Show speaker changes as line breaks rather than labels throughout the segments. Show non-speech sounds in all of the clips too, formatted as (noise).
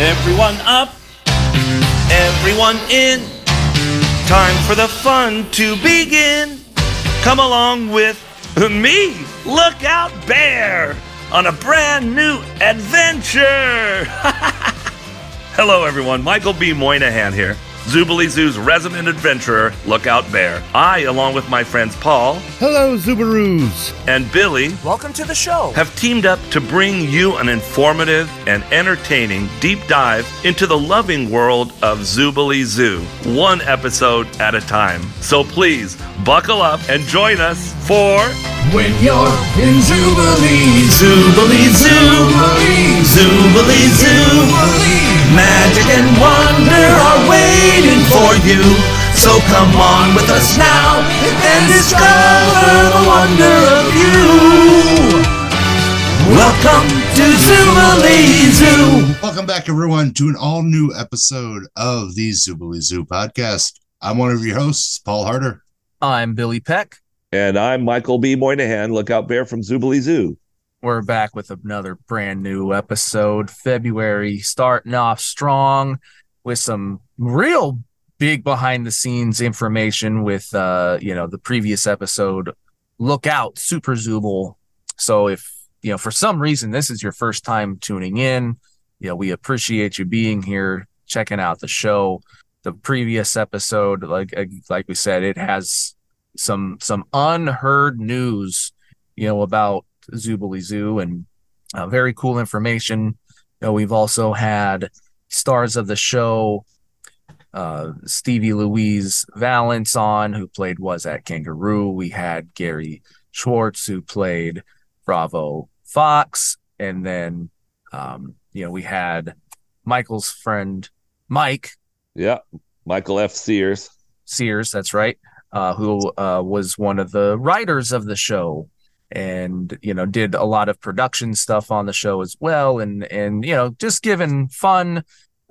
Everyone up, everyone in. Time for the fun to begin. Come along with me, Lookout Bear, on a brand new adventure. (laughs) Hello, everyone. Michael B. Moynihan here, Zubilee Zoo's resident adventurer, Lookout Bear. I, along with my friends Paul
Hello, Zubaroos.
and Billy,
Welcome to the show.
have teamed up to bring you an informative and entertaining deep dive into the loving world of Zubilee Zoo, one episode at a time. So please buckle up and join us for
When you're in Jubilee, Jubilee Zoo, Jubilee Zoo, magic and wonder are waiting for you. So come on with us now and discover the wonder of you. Welcome to Jubilee Zoo.
Welcome back, everyone, to an all new episode of the Zubilee Zoo podcast. I'm one of your hosts, Paul Harder.
I'm Billy Peck.
and I'm Michael B. Moynihan, lookout bear from Zubilee Zoo.
We're back with another brand new episode. February starting off strong with some real big behind the scenes information with uh, you know, the previous episode Look out, Super Zooble. So if you know, for some reason this is your first time tuning in, you know, we appreciate you being here, checking out the show. The previous episode, like like we said, it has some some unheard news, you know, about Zubilee Zoo and uh, very cool information. You know, we've also had stars of the show, uh, Stevie Louise Valance on, who played Was at Kangaroo. We had Gary Schwartz, who played Bravo Fox. And then, um, you know, we had Michael's friend Mike
Yeah. Michael F. Sears.
Sears, that's right, uh, who uh, was one of the writers of the show and you know did a lot of production stuff on the show as well and and you know just giving fun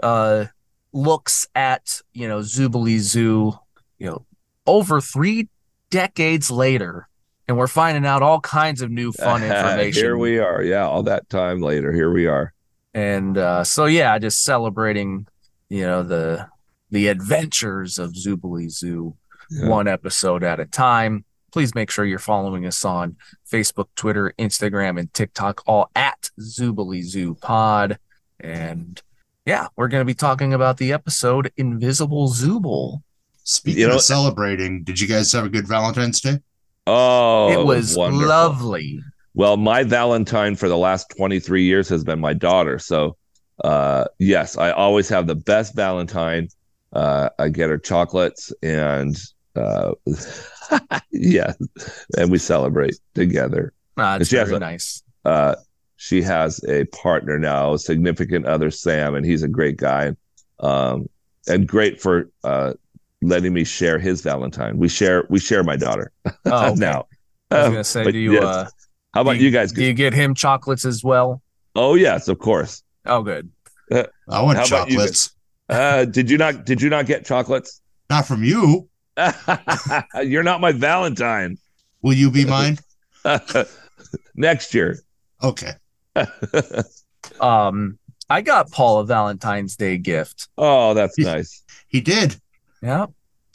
uh looks at you know Zubilee Zoo you know over 3 decades later and we're finding out all kinds of new fun information
(laughs) Here we are. Yeah. All that time later. Here we are.
and uh, so yeah, just celebrating, you know, the the adventures of Zubilee Zoo,
Yeah.
one episode at a time. Please make sure you're following us on Facebook, Twitter, Instagram, and TikTok, all at Zubilee Zoo Pod. And yeah, we're going to be talking about the episode Invisible Zooble.
Speaking
You know-
of celebrating, did you guys have a good Valentine's Day?
Oh,
it was
wonderful.
lovely.
Well, my Valentine for the last 23 years has been my daughter. So, uh, yes, I always have the best Valentine. Uh, I get her chocolates and, uh, (laughs) yeah, and we celebrate together.
Ah, it's
She has
very
a-
nice.
uh, she has a partner now, a significant other, Sam, and he's a great guy, um, and great for uh, letting me share his Valentine. We share we share my daughter
Oh,
(laughs)
okay.
now.
I was
Um,
going to say,
but
do you,
yes.
uh,
How about
do
you, guys?
do you get him chocolates as well?
oh yes, of course.
Oh, good.
I want
How about you
chocolates.
Uh, (laughs) did you not? Did you not get chocolates? (laughs)
Not from you.
You're not my Valentine. (laughs)
Will
(laughs)
you be mine?
Next year.
Okay.
Um, I got Paul a Valentine's Day gift.
oh,
(laughs)
that's nice.
He did.
Yeah.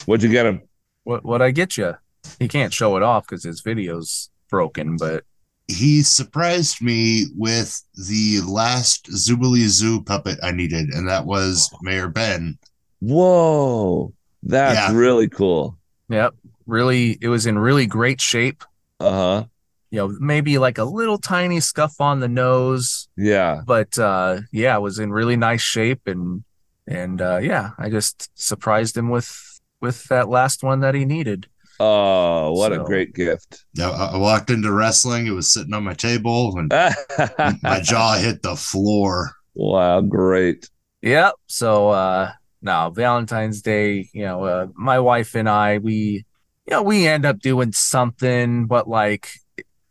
What'd you get him?
What what I get you? He can't show it off because his video's broken. But
He surprised me with the last Zubilee Zoo puppet I needed, and that was Mayor Ben.
Whoa, that's
Yeah.
really cool.
yep, really, it was in really great shape.
Uh huh.
You know, maybe like a little tiny scuff on the nose,
Yeah.
but uh, yeah, it was in really nice shape. And and uh, yeah, I just surprised him with with that last one that he needed.
Oh, what
So-
a great gift.
Now, I I walked into wrestling, it was sitting on my table,
(laughs)
and my jaw hit the floor.
wow, great.
Yep. So uh no, Valentine's Day, you know, uh, my wife and I, we you know, we end up doing something, but like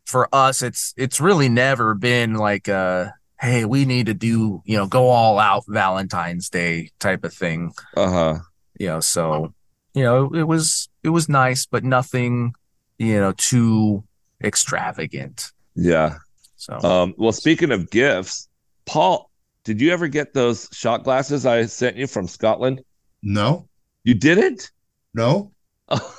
for us it's it's really never been like uh hey, we need to do, you know, go all out Valentine's Day type of thing.
Uh huh.
You know, so you know, it was it was nice, but nothing, you know, too extravagant.
Yeah.
So
Uh, Um, well, speaking of gifts, Paul, Did you ever get those shot glasses I sent you from Scotland?
No,
You didn't? (laughs)
no.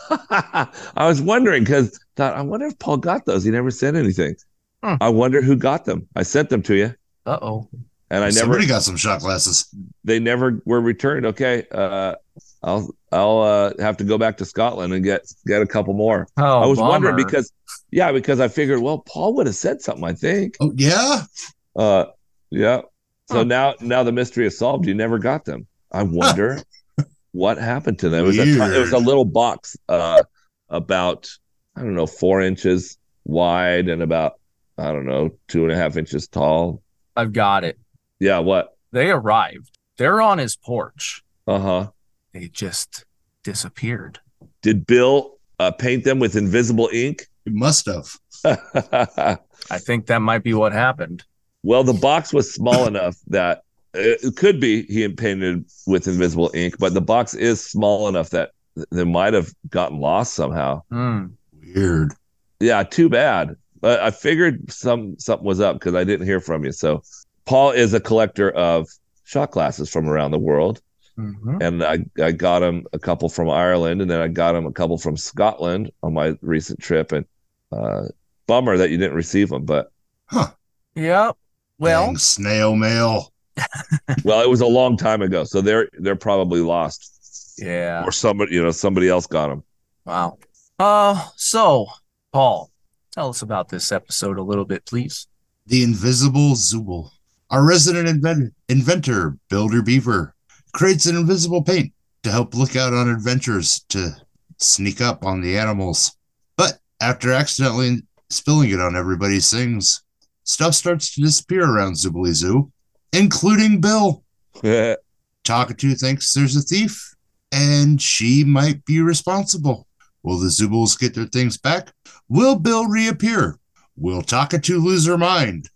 I was wondering because thought I wonder if Paul got those. He never sent anything.
Hmm.
I wonder who got them. I sent them to you,
Uh oh.
and I never
Somebody got some shot glasses.
they never were returned. Okay, uh, I'll I'll uh, have to go back to Scotland and get get a couple more.
Oh,
I was
bummer.
wondering because yeah, because I figured well Paul would have said something. I think.
Oh yeah,
Uh, yeah. So now now the mystery is solved. You never got them. I wonder what happened to them. It was, a,
Weird.
it was a little box uh, about I don't know four inches wide and about I don't know two and a half inches tall.
I've got it.
Yeah. What?
They arrived. They're on his porch.
Uh huh.
They just disappeared.
Did Bill uh, paint them with invisible ink? (laughs)
you must have.
I think that might be what happened.
well, the box was small enough that it, it could be he had painted with invisible ink, but the box is small enough that th- they might have gotten lost somehow.
Hmm.
Weird.
Yeah, too bad. But I figured some something was up because I didn't hear from you. So Paul is a collector of shot glasses from around the world,
Mhm.
and I I got him a couple from Ireland, and then I got him a couple from Scotland on my recent trip. And uh, bummer that you didn't receive them, but
Yep. Well,
Dang, snail mail.
well, it was a long time ago, so they're they're probably lost,
yeah.
or somebody you know somebody else got them.
Wow. Uh, so, Paul, tell us about this episode a little bit, please.
The Invisible Zubul. Our resident inven- inventor, Builder Beaver, creates an invisible paint to help look out on adventures to sneak up on the animals. But after accidentally spilling it on everybody's things, stuff starts to disappear around Zubily Zoo, including Bill. Takatu thinks there's a thief, and she might be responsible. Will the Zubuls get their things back? Will Bill reappear? Will Takatu lose her mind?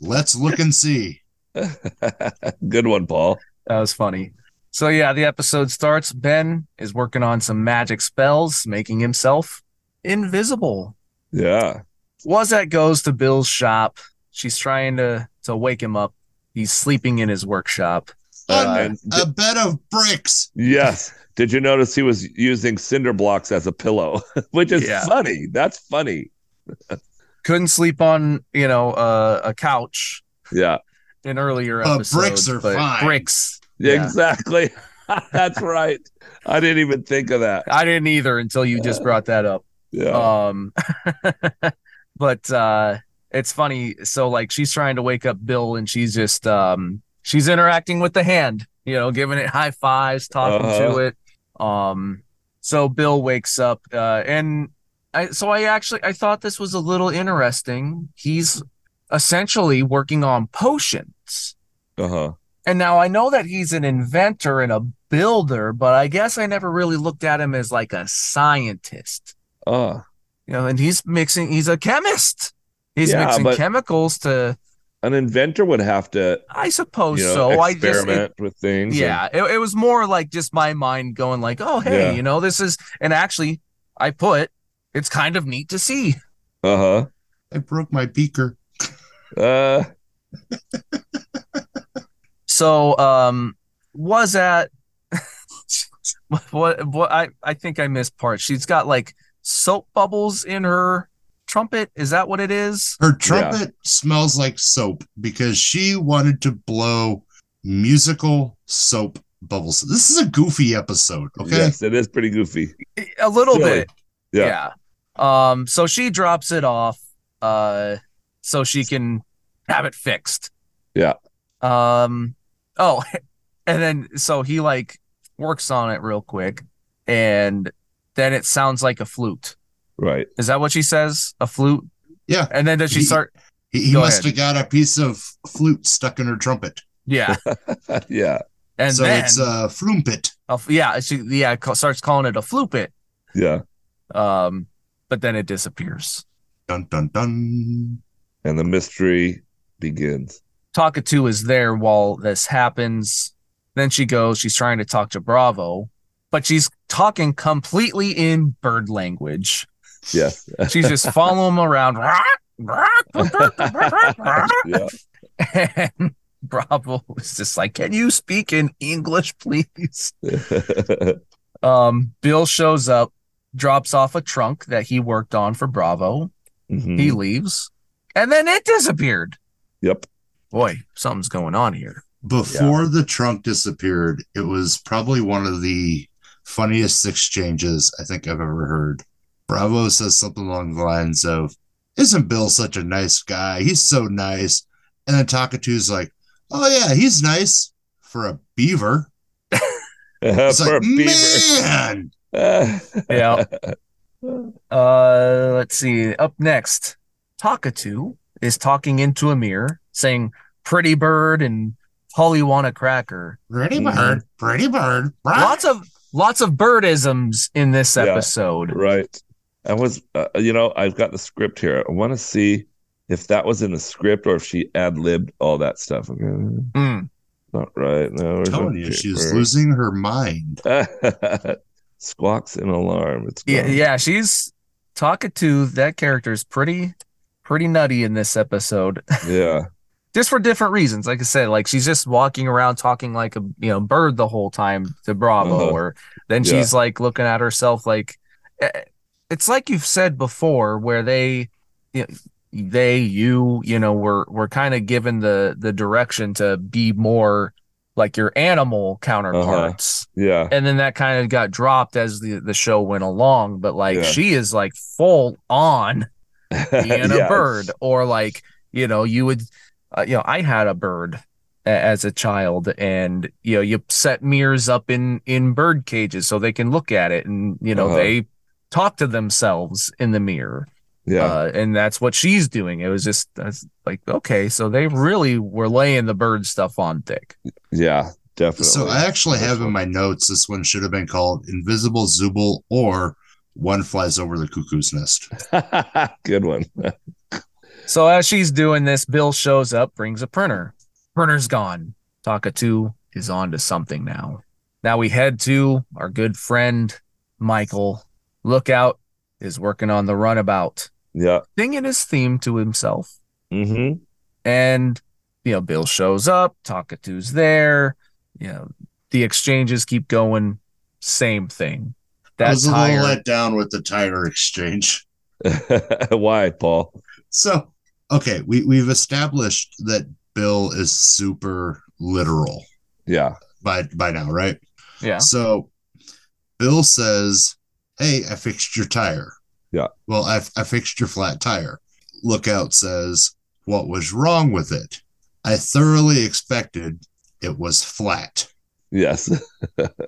Let's look and see.
(laughs) Good one, Paul.
That was funny. So, yeah, the episode starts. Ben is working on some magic spells, making himself invisible.
Yeah,
Wazette goes to Bill's shop. She's trying to to wake him up. He's sleeping in his workshop.
Uh,
and
A bed of bricks.
(laughs)
Yes. Did you notice he was using cinder blocks as a pillow, (laughs) which is
Yeah.
funny. That's funny.
Couldn't sleep on, you know, uh, a couch
Yeah.
in earlier
But
episodes.
Uh, bricks are
but
fine.
Bricks. Yeah.
Exactly. (laughs) That's right. I didn't even think of that.
I didn't either until you just brought that up.
Yeah.
Oh.
Um, (laughs) but uh, it's funny. So like she's trying to wake up Bill, and she's just um, she's interacting with the hand, you know, giving it high fives, talking to
Uh-huh.
it. Um, so Bill wakes up, uh, and I so I actually I thought this was a little interesting. He's essentially working on potions.
uh-huh.
And now I know that he's an inventor and a builder, but I guess I never really looked at him as like a scientist
Uh,
you know, and he's mixing. He's a chemist. He's
Yeah,
mixing
but-
chemicals to.
an inventor would have to
I suppose
you know,
Oh, so. I just.
experiment
It,
with things.
yeah, it, it was more like just my mind going like, oh hey,
Yeah.
you know, this is. And actually, I put it's kind of neat to see.
Uh-huh.
I broke my beaker.
Uh
So, um, was that (laughs) what, what? What I I think I missed part. She's got like soap bubbles in her trumpet. Is that what it is?
Her trumpet smells like soap because she wanted to blow musical soap bubbles. This is a goofy episode. Okay.
yes, it is pretty goofy.
A little
Silly.
bit.
Yeah.
yeah. Um, so she drops it off, uh, so she can have it fixed.
Yeah.
Um, oh, (laughs) and then so he like works on it real quick, and then it sounds like a flute.
Right. (laughs)
Is that what she says? A flute?
Yeah.
And then does she
He-
start?
He, he
Go
must have got a piece of flute stuck in her trumpet. (laughs)
Yeah.
yeah.
And
so
then,
it's uh, a flumpet.
a f- yeah, she yeah ca- starts calling it a flupit.
Yeah.
Um, but then it disappears.
Dun dun dun.
And the mystery begins.
Takatu is there while this happens. Then she goes, she's trying to talk to Bravo, but she's talking completely in bird language. (laughs)
Yes. (laughs)
(laughs)
She's just following him around.
yeah.
(laughs) and Bravo was just like, "Can you speak in English, please?"
Mm-hmm.
Um, Bill shows up, drops off a trunk that he worked on for Bravo.
Mhm.
He leaves, and then it disappeared.
Yep. (laughs)
Boy, something's going on here.
Before the trunk disappeared, it was probably one of the funniest exchanges I think I've ever heard. Bravo says something along the lines of, Isn't Bill such a nice guy? He's so nice. And then Takatu's like, Oh, yeah, he's nice for a beaver. It's
Uh, For
like,
a beaver.
Man,
(laughs)
(laughs) yeah. Uh, let's see. Up next, Takatu is talking into a mirror, saying "Pretty Bird" and "Holly want a cracker."
pretty bird, pretty bird. Bravo.
Mm-hmm. Lots of lots of birdisms in this
Yeah.
episode.
Right. I was, uh, you know, I've got the script here. I want to see if that was in the script or if she ad libbed all that stuff. Okay.
Mm.
Not right. No,
I'm
there's no
telling you, she's
paper.
losing her mind.
(laughs) Squawks in alarm. It's
Yeah,
gone.
yeah. She's Takatu. That character is pretty pretty nutty in this episode.
yeah,
just for different reasons. Like I said, like she's just walking around talking like a you know bird the whole time to Bravo,
Uh-huh.
or then
Yeah.
she's like looking at herself like eh, it's like you've said before, where they you know, they you you know were were kind of given the the direction to be more like your
Uh-huh.
animal counterparts (laughs)
yeah,
and then that kind of got dropped as the the show went along but like
Yeah.
she is like full on
(laughs)
being
Yeah.
a bird or like you know you would uh, you know i had a bird a- as a child and you know you set mirrors up in in bird cages so they can look at it and you know
Uh-huh.
they talk to themselves in the mirror
yeah.
uh, and that's what she's doing it was just that's like okay so they really were laying the bird stuff on thick
Yeah, definitely.
Oh,
So I actually
This
have in
one.
my notes this one should have been called Invisible Zubul or One Flies Over the Cuckoo's Nest.
(laughs) Good one.
So as she's doing this, Bill shows up, brings a printer. Printer's gone. Takatu is on to something now. Now we head to our good friend Michael. Lookout is working on the runabout,
Yeah.
singing his theme to himself.
hmm
And you know, Bill shows up, Takatu's there, you know, the exchanges keep going, same thing.
I
That
was a
tire,
little let down with the tire exchange.
(laughs)
(laughs)
Why, Paul?
So okay, we, we've established that Bill is super literal
Yeah.
by by now, right? (laughs)
yeah.
So Bill says, Hey, I fixed your tire.
Yeah.
Well, I, I fixed your flat tire. Lookout says, What was wrong with it? I thoroughly expected it was flat.
Yes.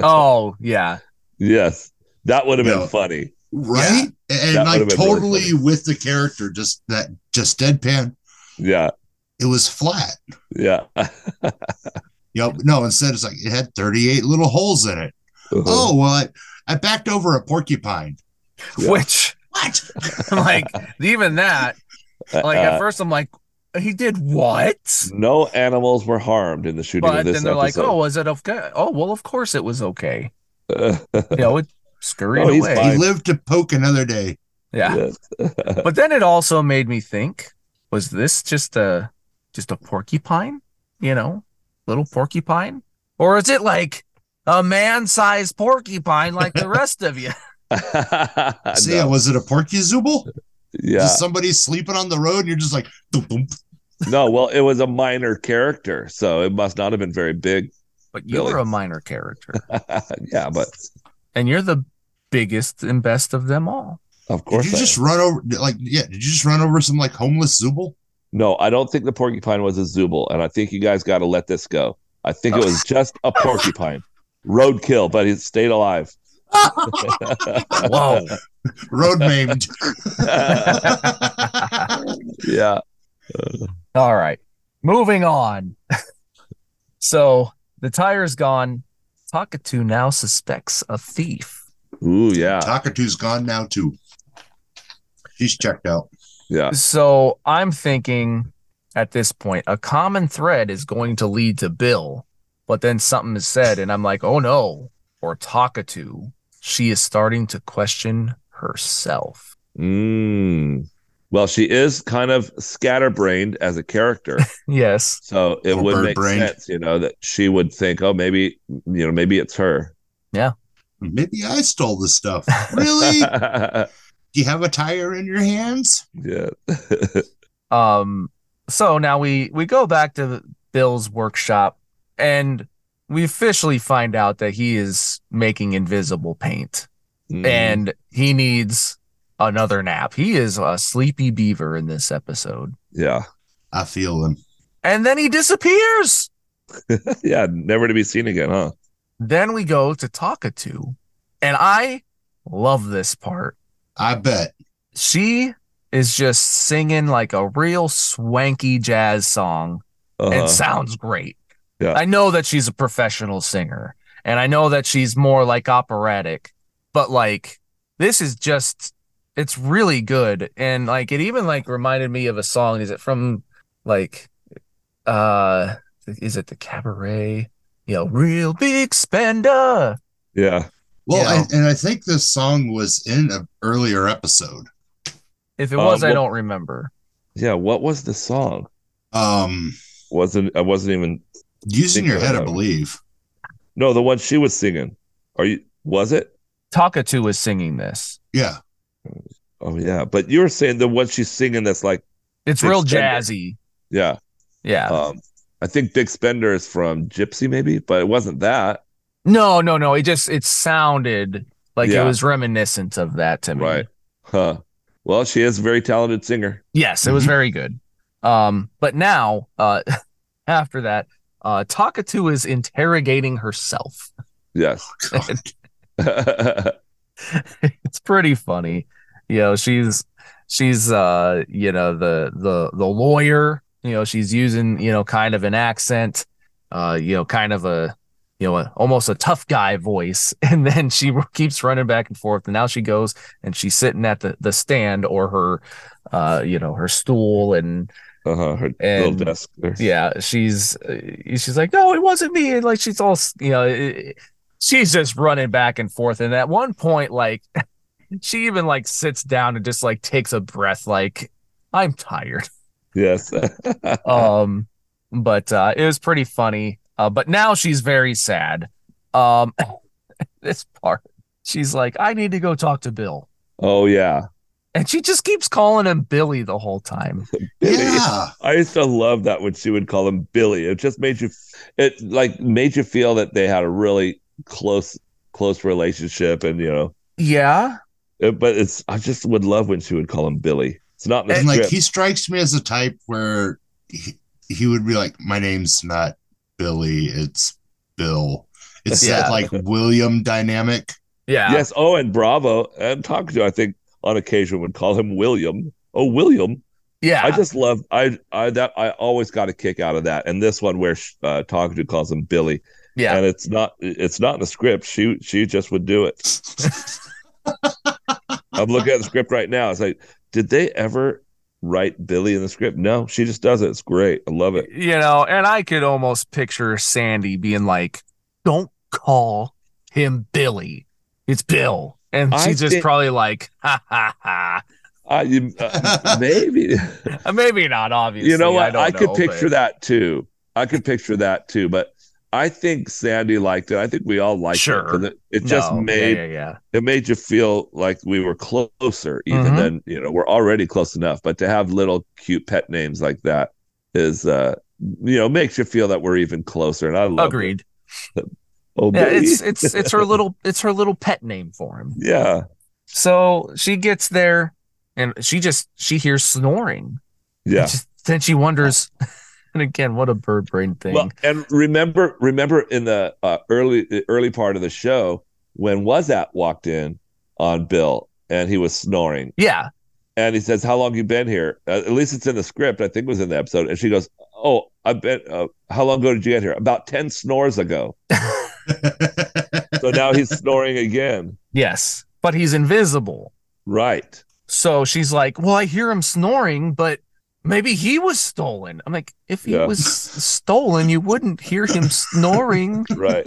Oh yeah.
yes. That would have been
No.
funny.
Right? And
That
like
would've been really
totally
funny.
with the character, just that, just deadpan.
Yeah.
It was flat.
Yeah.
Yep. No, instead it's like it had 38 little holes in it.
Uh-huh. (laughs)
Oh, well, I, I backed over a porcupine.
Yeah.
Which
What?
(laughs) like even that like
Uh,
at first i'm like he did what
no animals were harmed in the shooting
but
of this
then they're like oh
episode.
was it okay oh well of course it was okay you
(laughs) oh,
know it scurried
(laughs) Oh, he's
away
fine.
He lived to poke another day.
yeah
(laughs)
but then it also made me think was this just a just a porcupine you know little porcupine or is it like a man-sized porcupine like
(laughs)
the rest of you
So yeah, was it a porky zooble?
yeah.
Just somebody sleeping on the road and you're just like, boom, boom.
no, well, it was a minor character, so it must not have been very big. (laughs)
but you're
Really?
a minor character
yeah, but
and you're the biggest and best of them
(laughs)
all
of
Did
course.
you
I
just
am.
run over? Like, yeah, did you just run over some like homeless zooble?
No, I don't think the porcupine was a zooble, and I think you guys got to let this go. I think it was just a porcupine, roadkill, but it stayed
(laughs)
alive. (laughs)
whoa
Road
(laughs)
maimed. (laughs)
yeah,
All right. Moving on. (laughs) so the tire's gone. Takatu now suspects a thief.
ooh, yeah,
Takatu's gone now too. She's checked out.
yeah,
So I'm thinking at this point, a common thread is going to lead to Bill, but then something is said, and I'm like, oh no, or Takatu. She is starting to question herself.
mm, Well, she is kind of scatterbrained as a character.
Yes.
So it
Or
would make
bird-brained.
sense, you know, that she would think, oh, maybe, you know, maybe it's her.
Maybe I stole this stuff. Really? Do you have a tire in your hands?
(laughs) yeah. (laughs)
Um, so now we we go back to Bill's workshop, and we officially find out that he is making invisible paint,
Mm.
and he needs another nap. He is a sleepy beaver in this episode,
yeah. (laughs)
I feel them.
and then he disappears.
Yeah. Never to be seen again, huh?
Then we go to Takatu, and I love this part.
I bet.
she is just singing like a real swanky jazz song.
Uh-huh.
It sounds great.
Yeah.
I know that she's a professional singer and I know that she's more like operatic, but like this is just it's really good and like it even like reminded me of a song is it from like uh is it the cabaret? You know, real big spender.
yeah.
Well,
Yeah.
I, and I think this song was in an earlier episode.
If it
Uh,
was, I
what-
don't remember.
Yeah. What was the song?
Um,
Wasn't I wasn't even
using
Think
your
I
head, I
know.
believe.
no the one she was singing. Are you was it?
Takatu was singing this.
Yeah.
Oh yeah. But you were saying the one she's singing that's like
It's
Big
real
Spender.
jazzy.
yeah.
Yeah.
Um, I think Big Spender is from Gypsy, maybe, but it wasn't that.
No, no, no. It just it sounded like
Yeah.
it was reminiscent of that to me.
Right. Huh. Well, she is a very talented singer.
Yes, it was
Mhm.
very good. Um, but now, uh (laughs) after that, uh Takatu is interrogating herself. (laughs)
Yes.
God.
it's pretty funny. You know, she's she's uh, you know, the the the lawyer, you know, she's using, you know, kind of an accent, uh, you know, kind of a you know, a, almost a tough guy voice. (laughs) And then she keeps running back and forth. And now she goes and she's sitting at the, the stand or her, uh, you know, her stool. And
(laughs) uh-huh. Her little
And-
desk. there.
yeah, she's, uh, she's like, no, it wasn't me. And like, she's all, s- you know, it- she's just running back and forth. And at one point, like, (laughs) she even like sits down and just like takes a breath, like, I'm tired (laughs)
Yes. (laughs)
um but uh it was pretty funny uh but now she's very sad um (laughs) this part she's like i need to go talk to bill
oh yeah.
and she just keeps calling him billy the whole time
Billy.
Yeah.
I used to love that when she would call him Billy. It just made you it like made you feel that they had a really close close relationship and you know
(laughs) yeah
it, but it's I just would love when she would call him Billy. It's not in the
And like,
script.
he strikes me as a type where he, he would be like, my name's not Billy, it's Bill. It's
Yeah.
that like William dynamic. (laughs)
yeah
Yes. Oh, and Bravo and Talk to, I think, on occasion would call him William. Oh, William.
yeah
I just love I I that I always got a kick out of that. And this one where uh, Talk to calls him Billy,
yeah
and it's not it's not in the script. She she just would do it.
(laughs)
I'm looking at the script right now. It's like, did they ever write Billy in the script? No, she just does it. It's great. I love it.
you know and i could almost picture sandy being like don't call him billy it's bill and
I
she's just
think-
probably like ha ha ha
I you-
(laughs)
uh, maybe.
Uh, maybe not obviously
you know
i,
what
don't
i, could
know,
picture
but-
that too i could picture that too but i think sandy liked it i think we all liked
Sure.
it 'cause it, it just
No, yeah,
made
yeah, yeah.
it made you feel like we were closer even
Mhm.
then you know we're already close enough but to have little cute pet names like that is uh you know makes you feel that we're even closer and i love it.
agreed
oh
Yeah,
baby.
it's it's it's her little
(laughs)
it's her little pet name for him.
yeah
So she gets there and she just she hears snoring.
yeah
Just- then she wonders (laughs) and again, what a bird brain thing.
Well, and remember, remember in the uh, early the early part of the show when Wazat walked in on Bill and he was snoring,
yeah.
and he says, "How long you been here?" Uh, at least it's in the script. I think it was in the episode, and she goes, "Oh, I've been. Uh, how long ago did you get here? About ten snores ago." So now he's snoring again.
Yes. But he's invisible.
Right?
So she's like, Well, I hear him snoring, but maybe he was stolen. I'm like, if he
Yeah.
was s- stolen, you wouldn't hear him snoring
Right.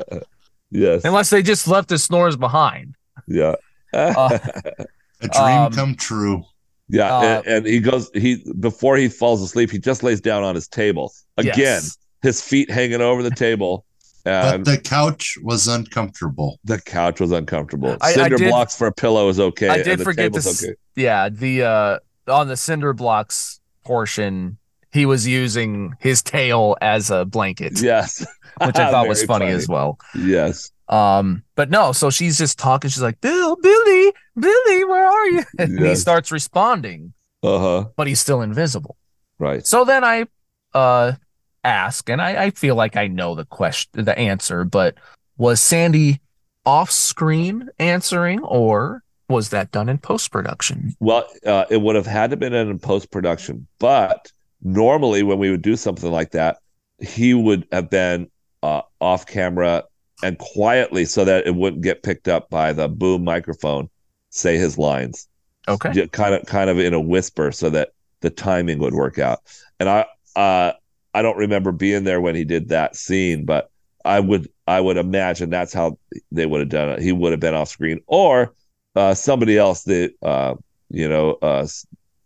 (laughs) yes.
unless they just
(laughs)
left the snores behind.
Yeah.
Uh,
a dream
Um,
come true.
Yeah,
Uh,
and, and he goes he before he falls asleep, he just lays down on his table again,
Yes.
his feet hanging over the table,
But
and
the couch was uncomfortable.
the couch was uncomfortable.
I- I
Cinder
did-
blocks for a pillow is okay.
I did
and the
forget
table's
this. Yeah, the uh on the cinder blocks portion, he was using his tail as a blanket,
Yes,
which
(laughs)
I thought was
Very
funny, as well.
Yes,
Um, but no, so she's just talking. She's like, "Bill, Billy, Billy, where are you?" (laughs) And he
Yes.
starts responding,
uh huh,
but he's still invisible.
right.
So then I uh ask, and I, I feel like I know the question, the answer, but was Sandy off screen answering, or was that done in post production?
Well, uh, it would have had to been in post production, but normally when we would do something like that, he would have been uh, off camera and quietly so that it wouldn't get picked up by the boom microphone. Say his lines,
Okay,
Yeah, kind of, kind of in a whisper, so that the timing would work out. And I, uh, I don't remember being there when he did that scene, but I would, I would imagine that's how they would have done it. He would have been off screen, or uh, somebody else that uh, you know, uh,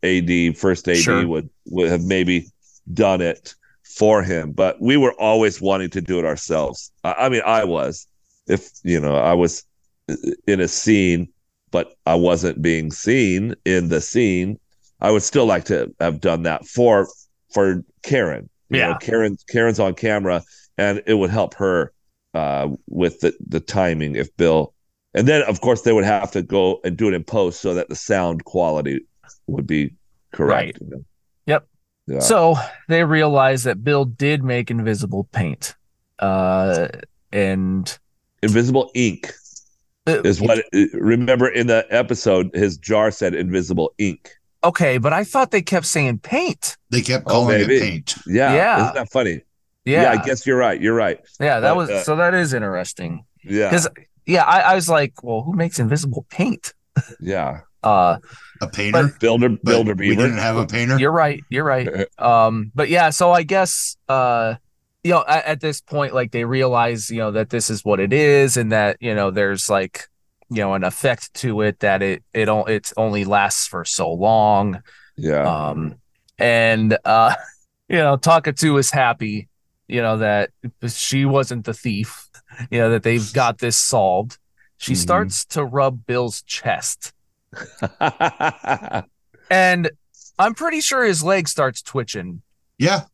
AD first AD
Sure.
would would have maybe done it for him. But we were always wanting to do it ourselves. I, I mean, I was, if you know, I was in a scene, but I wasn't being seen in the scene. I would still like to have done that for for Karen. You know,
Yeah.
Karen Karen's on camera, and it would help her uh, with the the timing if Bill. And then, of course, they would have to go and do it in post so that the sound quality would be correct. you know.
Yep.
Yeah.
so they realize that Bill did make invisible paint, uh, and uh,
invisible ink is what. remember in the episode, his jar said invisible ink.
okay, but I thought they kept saying paint.
They kept
Oh,
calling it
maybe.
paint.
Yeah.
Yeah.
Isn't that funny?
Yeah,
I guess you're right. You're right.
yeah, that
but,
was
uh,
so that is interesting.
Yeah.
'Cause- Yeah, I, I was like, well, who makes invisible paint?
Yeah.
Uh,
A painter?
Builder
But
Builder
we didn't
Beaver.
have a painter.
You're right. You're right. Um, but yeah, so I guess uh you know at, at this point, like they realize, you know, that this is what it is and that, you know, there's like, you know, an effect to it that it it all it only lasts for so long.
Yeah. (laughs)
Um and uh (laughs) you know, Takatu is happy, you know, that she wasn't the thief, (laughs) you know, that they've got this solved. She
Mhm.
starts to rub Bill's chest. And I'm pretty sure his leg starts twitching. (laughs)
Yeah.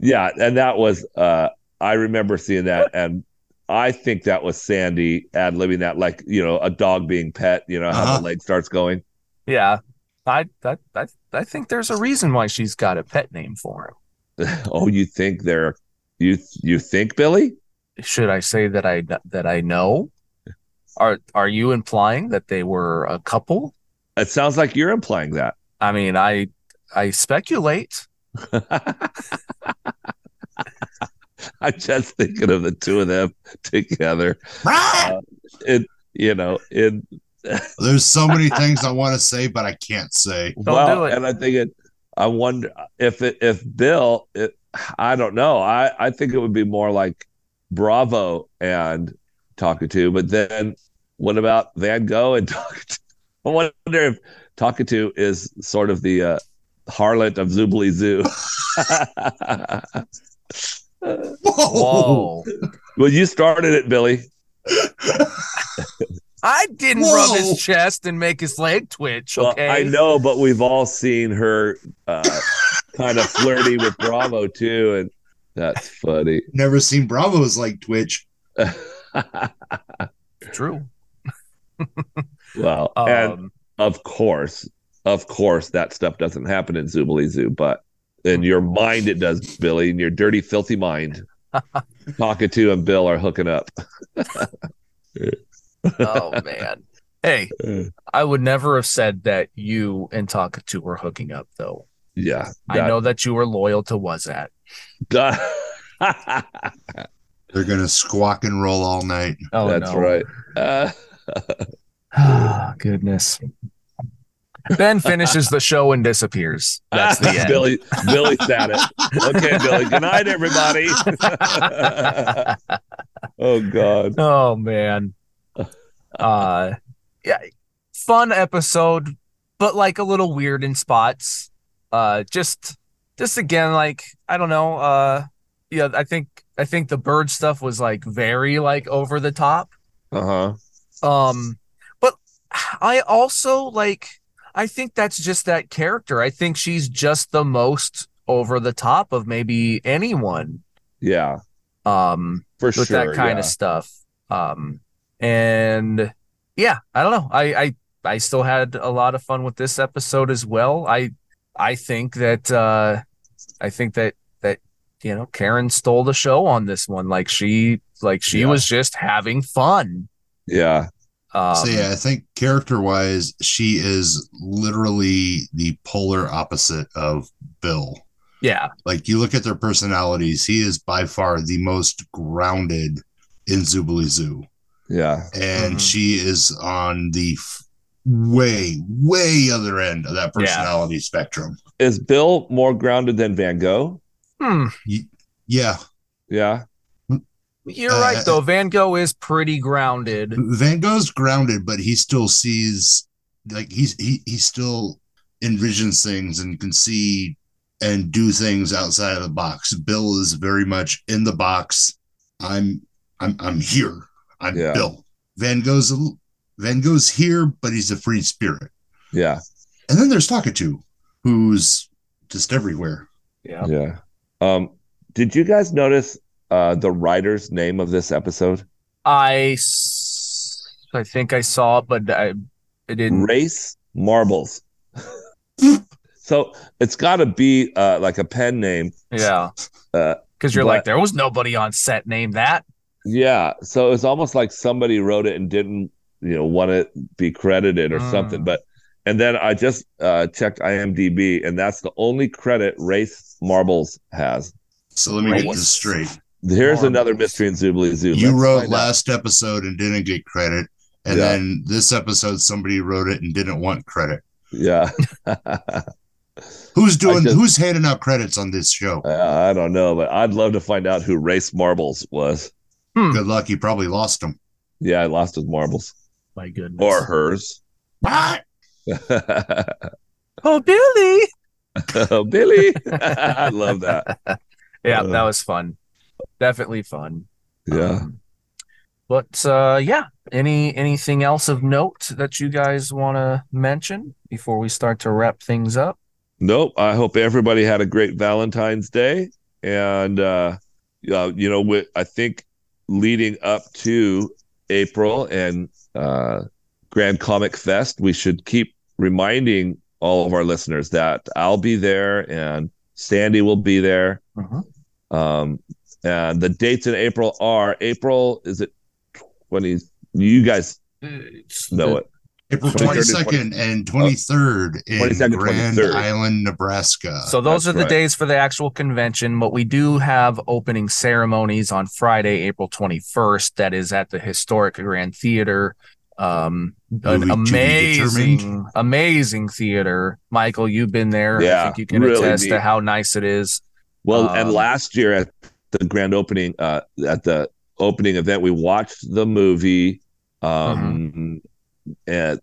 yeah. And that was uh I remember seeing that and I think that was Sandy ad libbing that like, you know, a dog being pet, you know, how
Uh-huh.
the leg starts going.
Yeah, I I, I I think there's a reason why she's got a pet name for him.
oh, you think they're you you think Billy?
Should I say that I that I know? Are are you implying that they were a couple?
It sounds like you're implying that. (laughs)
I mean, I I speculate.
I'm just thinking of the two of them together.
Ah!
It you know, in
There's so many things I want to say, but I can't say.
Don't
well,
do it.
and I think it. I wonder if it, if Bill, it, I don't know. I I think it would be more like Bravo and Takatu, but then what about Van Gogh and (laughs) Takatu? I wonder if Takatu is sort of the uh, harlot of Zubly Zoo. (laughs)
Whoa!
Whoa!
well, you started it, Billy.
I didn't
Whoa.
rub his chest and make his leg twitch.
Well,
Okay,
I know, but we've all seen her uh, kind of flirty with Bravo too, and that's funny.
(laughs)
(laughs)
Never seen Bravos like Twitch.
True.
well,
Um,
and of course, of course, that stuff doesn't happen in Zoobly Zoo, but in your mind it does, Billy. In your dirty,
(laughs)
filthy mind, Cockatoo and Bill are hooking up.
oh man. Hey, I would never have said that you and Takatu were hooking up, though.
Yeah,
I know that you were loyal to Wazat.
that- (laughs)
They're gonna squawk and roll all night.
Oh,
that's
no.
right. Uh,
Ah, goodness. Ben finishes the show and disappears. That's
(laughs)
the end.
Billy. Billy said it. Okay, Billy. Good
(laughs)
night, everybody. oh God.
oh man. Uh yeah. Fun episode. but like a little weird in spots. Uh, just just again, like I don't know. Uh, yeah, I think I think the bird stuff was like very like over the top.
Uh huh.
Um, but I also like I think that's just that character. I think she's just the most over the top of maybe anyone.
Yeah,
Um,
for
with
sure.
that kind
yeah.
of stuff. Um, and yeah, I don't know. I, I I still had a lot of fun with this episode as well. I I think that uh, I think that that you know Karen stole the show on this one. Like she like she
Yeah.
was just having fun.
Yeah,
Um,
so yeah, I think character wise, she is literally the polar opposite of Bill.
yeah,
Like you look at their personalities, he is by far the most grounded in Zubily Zoo,
yeah,
and
Mhm.
she is on the f- way, way other end of that
Yeah.
personality spectrum.
Is Bill more grounded than Van Gogh?
Hmm,
Yeah,
Yeah.
you're
Uh,
right though. Van Gogh is pretty grounded.
Van Gogh's grounded, but he still sees like he's he he still envisions things and can see and do things outside of the box. Bill is very much in the box. I'm I'm I'm here. I'm
Yeah.
Bill. Van Gogh's a, l- Van Gogh's here, but he's a free spirit.
Yeah.
And then there's Takatu, who's just everywhere.
Yeah.
Yeah. Um, did you guys notice uh the writer's name of this episode?
I s- I think I saw it, but I I didn't.
Race Marbles. so it's gotta be uh like a pen name.
Yeah.
Uh,
Because you're
but-
like, there was nobody on set named that.
Yeah. So it's almost like somebody wrote it and didn't, you know, want to be credited or
Mm.
something. But and then I just uh checked IMDB and that's the only credit Race Marbles has.
So let me
Right.
get this straight.
Here's another
Marbles.
mystery in Zoobly Zoo.
you
Let's
wrote
find out.
last episode and didn't get credit. And
Yeah.
then this episode somebody wrote it and didn't want credit.
Yeah. (laughs)
Who's doing?
just-
who's handing out credits on this show?
Uh, I don't know, but I'd love to find out who Race Marbles was. hmm.
Good luck. You probably lost them.
Yeah, I lost his marbles
My goodness.
or hers. (laughs)
What?
oh, Billy.
oh, Billy. (laughs) I love that.
Yeah,
Uh.
that was fun. Definitely fun.
Yeah.
Um, but uh, yeah, any anything else of note that you guys want to mention before we start to wrap things up?
Nope. I hope everybody had a great Valentine's Day. And, uh, uh, you know, wi- I think leading up to April and uh, Grand Comic Fest, we should keep reminding all of our listeners that I'll be there and Sandy will be there.
Mm-hmm.
Um, and the dates in April are April. Is it twenty? You guys know it.
April
23rd
twenty
and Uh,
second and twenty third in
22nd,
Grand
23rd.
Island, Nebraska. (laughs)
So those are
Uh, that's
the
right.
days for the actual convention, but we do have opening ceremonies on Friday, April 21st. That is at the historic Grand Theater. Um,
Movie
an
to be
amazing,
determined.
amazing theater. Michael, you've been there. I
Yeah,
think you can
really
attest
neat.
to how nice it is.
Well,
Um,
and last year at the grand opening, uh, at the opening event, we watched the movie. Um, and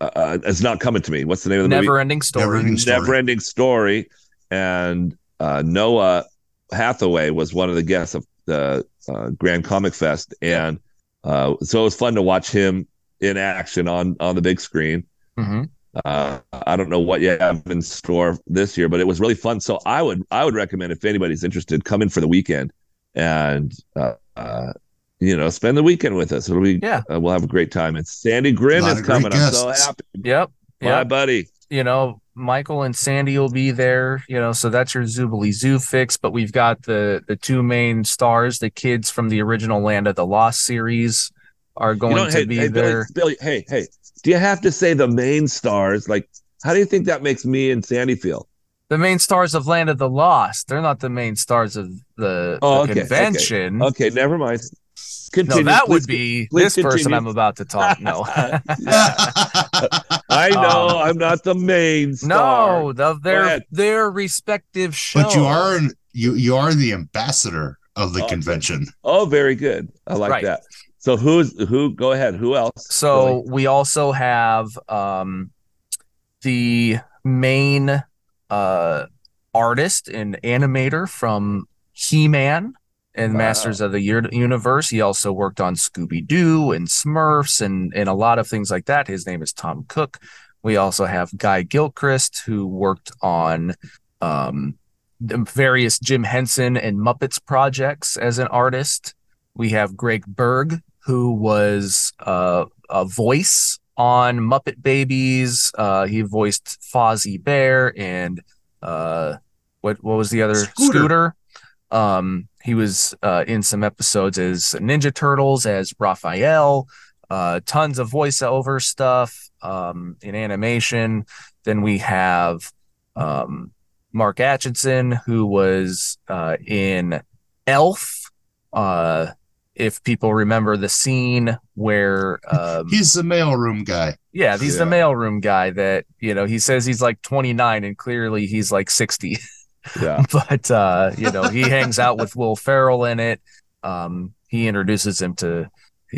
uh, uh, it's not coming to me. What's the name of the
Never ending story.
Never-ending
movie?
story.
Never ending story. And uh, Noah Hathaway was one of the guests of the uh, Grand Comic Fest, and uh, so it was fun to watch him in action on on the big screen.
Mhm.
Uh, I don't know what you have in store this year, but it was really fun. So I would I would recommend if anybody's interested, come in for the weekend and uh, uh, you know spend the weekend with us. It'll be
Yeah.
uh, we'll have a great time. And Sandy Grimm
Lot
is
of great
coming. I'm so
guests.
happy,
Yep.
my
Yep.
buddy.
you know, Michael and Sandy will be there, you know, so that's your Zubily Zoo fix. But we've got the the two main stars, the kids from the original Land of the Lost series are
You
going
don't-
to
hey,
be
hey, Billy-
there.
Billy, hey, hey, do you have to say the main stars? Like, how do you think that makes me and Sandy feel?
The main stars of Land of the Lost. They're not the main stars of the,
Oh,
the
okay, okay.
convention.
Okay, never mind.
No,
Continue,
that would
please.
be
please
this person
continue.
I'm about to talk. No.
(laughs) I know
(laughs) Um,
I'm not the main star.
no, the, their
ahead.
their respective shows.
but you are an, you you are the ambassador of the
Oh, okay.
convention.
Oh, very good. I like
Right.
that. So who's who? Go ahead. Who else?
So we also have um the main uh, artist and animator from He Man and
Wow.
Masters of the Year- Universe. He also worked on Scooby Doo and Smurfs and, and a lot of things like that. His name is Tom Cook. We also have Guy Gilchrist, who worked on um, the various Jim Henson and Muppets projects as an artist. We have Greg Berg, who was uh, a voice on Muppet Babies. Uh, he voiced Fozzie Bear and uh, what what was the other
Scooter.
Scooter. Um, he was uh, in some episodes as Ninja Turtles, as Raphael. Uh, tons of voiceover stuff um, in animation. Then we have um, Mark Atchison, who was uh, in Elf. Uh, if people remember the scene where um,
Hmm.
He's the mailroom guy.
yeah, he's the
Yeah.
mailroom guy that, you know, he says he's like 29 and clearly he's like 60.
Yeah.
(laughs) But uh, you know, he hangs out with Will Ferrell in it. Um, he introduces him to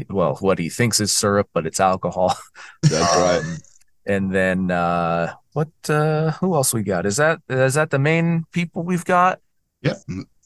well, what he thinks is syrup, but it's alcohol. (laughs) uh,
That's right.
And then uh what uh who else we got? Is that is that the main people we've got?
Yep.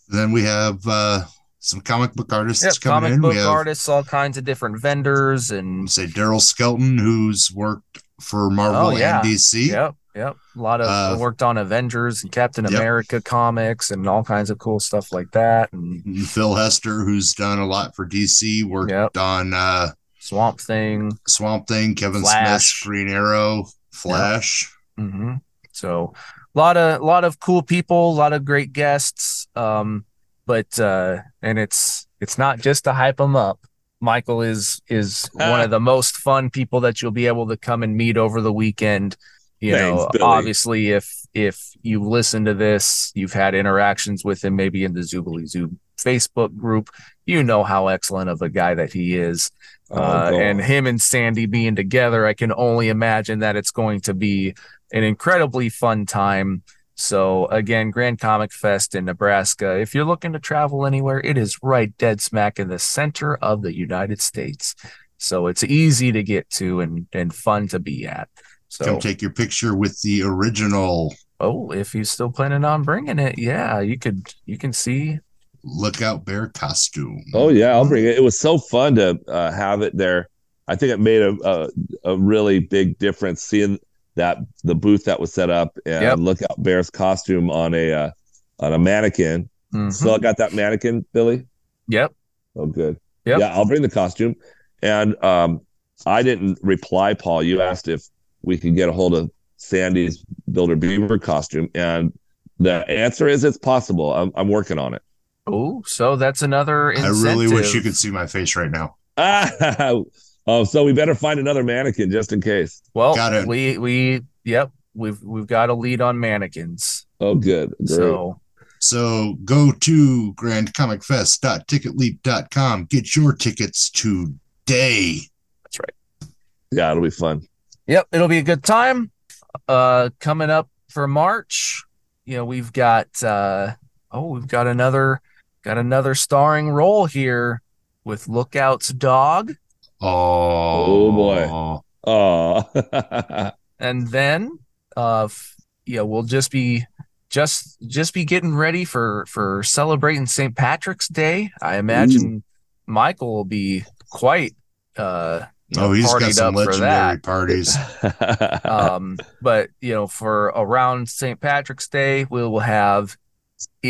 Then we have uh, some comic book artists
Yep,
coming
comic
in.
book
we have
artists, all kinds of different vendors and
say Daryl Skelton, who's worked for Marvel
Oh, yeah.
and DC.
Yep, yep. A lot of
Uh,
worked on Avengers and Captain
yep.
America comics and all kinds of cool stuff like that and
Phil Hester, who's done a lot for DC, worked
Yep.
on uh,
Swamp Thing.
Swamp Thing, Kevin
Flash.
Smith, Green Arrow, Flash.
hmm So a lot of lot of cool people, a lot of great guests. Um, but uh, and it's it's not just to hype them up. Michael is
(laughs)
is one of the most fun people that you'll be able to come and meet over the weekend. You
Thanks,
know,
Billy.
obviously, if if you listen to this, you've had interactions with him, maybe in the Zubilee Zoo Facebook group. You know how excellent of a guy that he is uh,
Oh,
and
God.
him and Sandy being together, I can only imagine that it's going to be an incredibly fun time. So again, Grand Comic Fest in Nebraska. If you're looking to travel anywhere, it is right dead smack in the center of the United States. So it's easy to get to and and fun to be at. So
Come take your picture with the original.
oh, if you're still planning on bringing it, yeah, you could you can see
Lookout Bear costume.
Oh yeah, I'll bring it. It was so fun to uh, have it there. I think it made a, a a really big difference seeing that the booth that was set up and
Yep.
Lookout Bear's costume on a uh, on a mannequin.
Mhm.
So I got that mannequin, Billy.
yep.
Oh, good.
Yep.
Yeah, I'll bring the costume. And um, I didn't reply, Paul. You asked if we could get a hold of Sandy's Builder Beaver costume, and the answer is it's possible. I'm, I'm working on it. (laughs)
Oh, so that's another
I
incentive.
really wish you could see my face right now.
Ah, oh, so we better find another mannequin just in case.
Well,
Got it.
we we yep, we've we've got a lead on mannequins.
Oh, good. Great.
So
So go to grandcomicfest.ticketleap.com. Get your tickets today.
that's right.
yeah, it'll be fun.
Yep, it'll be a good time. Uh coming up for March, you know, we've got uh oh, we've got another got another starring role here with Lookout's dog.
Oh,
Oh, boy. Oh, (laughs)
and then uh f- yeah we'll just be just just be getting ready for for celebrating st patrick's day i imagine michael will be quite uh you know,
Oh, he's got
partied
some
up for
legendary
that
parties.
Uh-huh.
um but you know for around st patrick's day we will have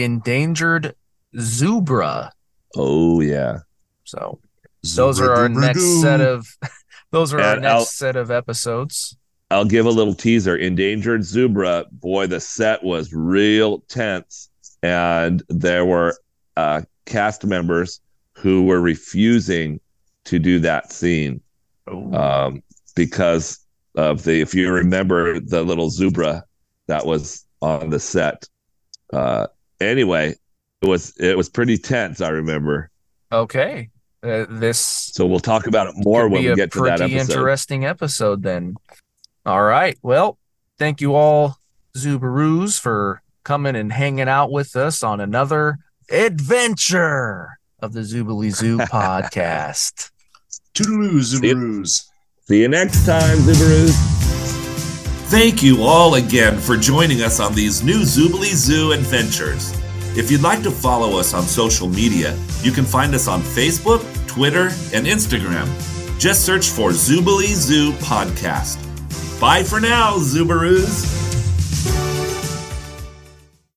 endangered zebra
oh, yeah.
so those are our next
Zubra-dubra-doo.
set of (laughs) those are our
And
next
I'll-
set of episodes
I'll give a little teaser. Endangered Zubra, boy, the set was real tense. And there were uh, cast members who were refusing to do that scene
Oh.
um, because of the, if you remember, the little Zubra that was on the set. Uh, anyway, it was it was pretty tense. I remember.
okay uh, this
So we'll talk about it more
Could
when
be
we
a
get to that
pretty
episode.
interesting episode then. All right. Well, thank you all, Zubaroos, for coming and hanging out with us on another adventure of the Zubilee
(laughs)
Zoo podcast.
Toodaloo,
Yep.
Zubaroos.
See you next time, Zubarus. Thank you all again for joining us on these new Zoobly Zoo adventures. If you'd like to follow us on social media, you can find us on Facebook, Twitter, and Instagram. Just search for Zoobly Zoo Podcast. Bye for now, Zubaroos.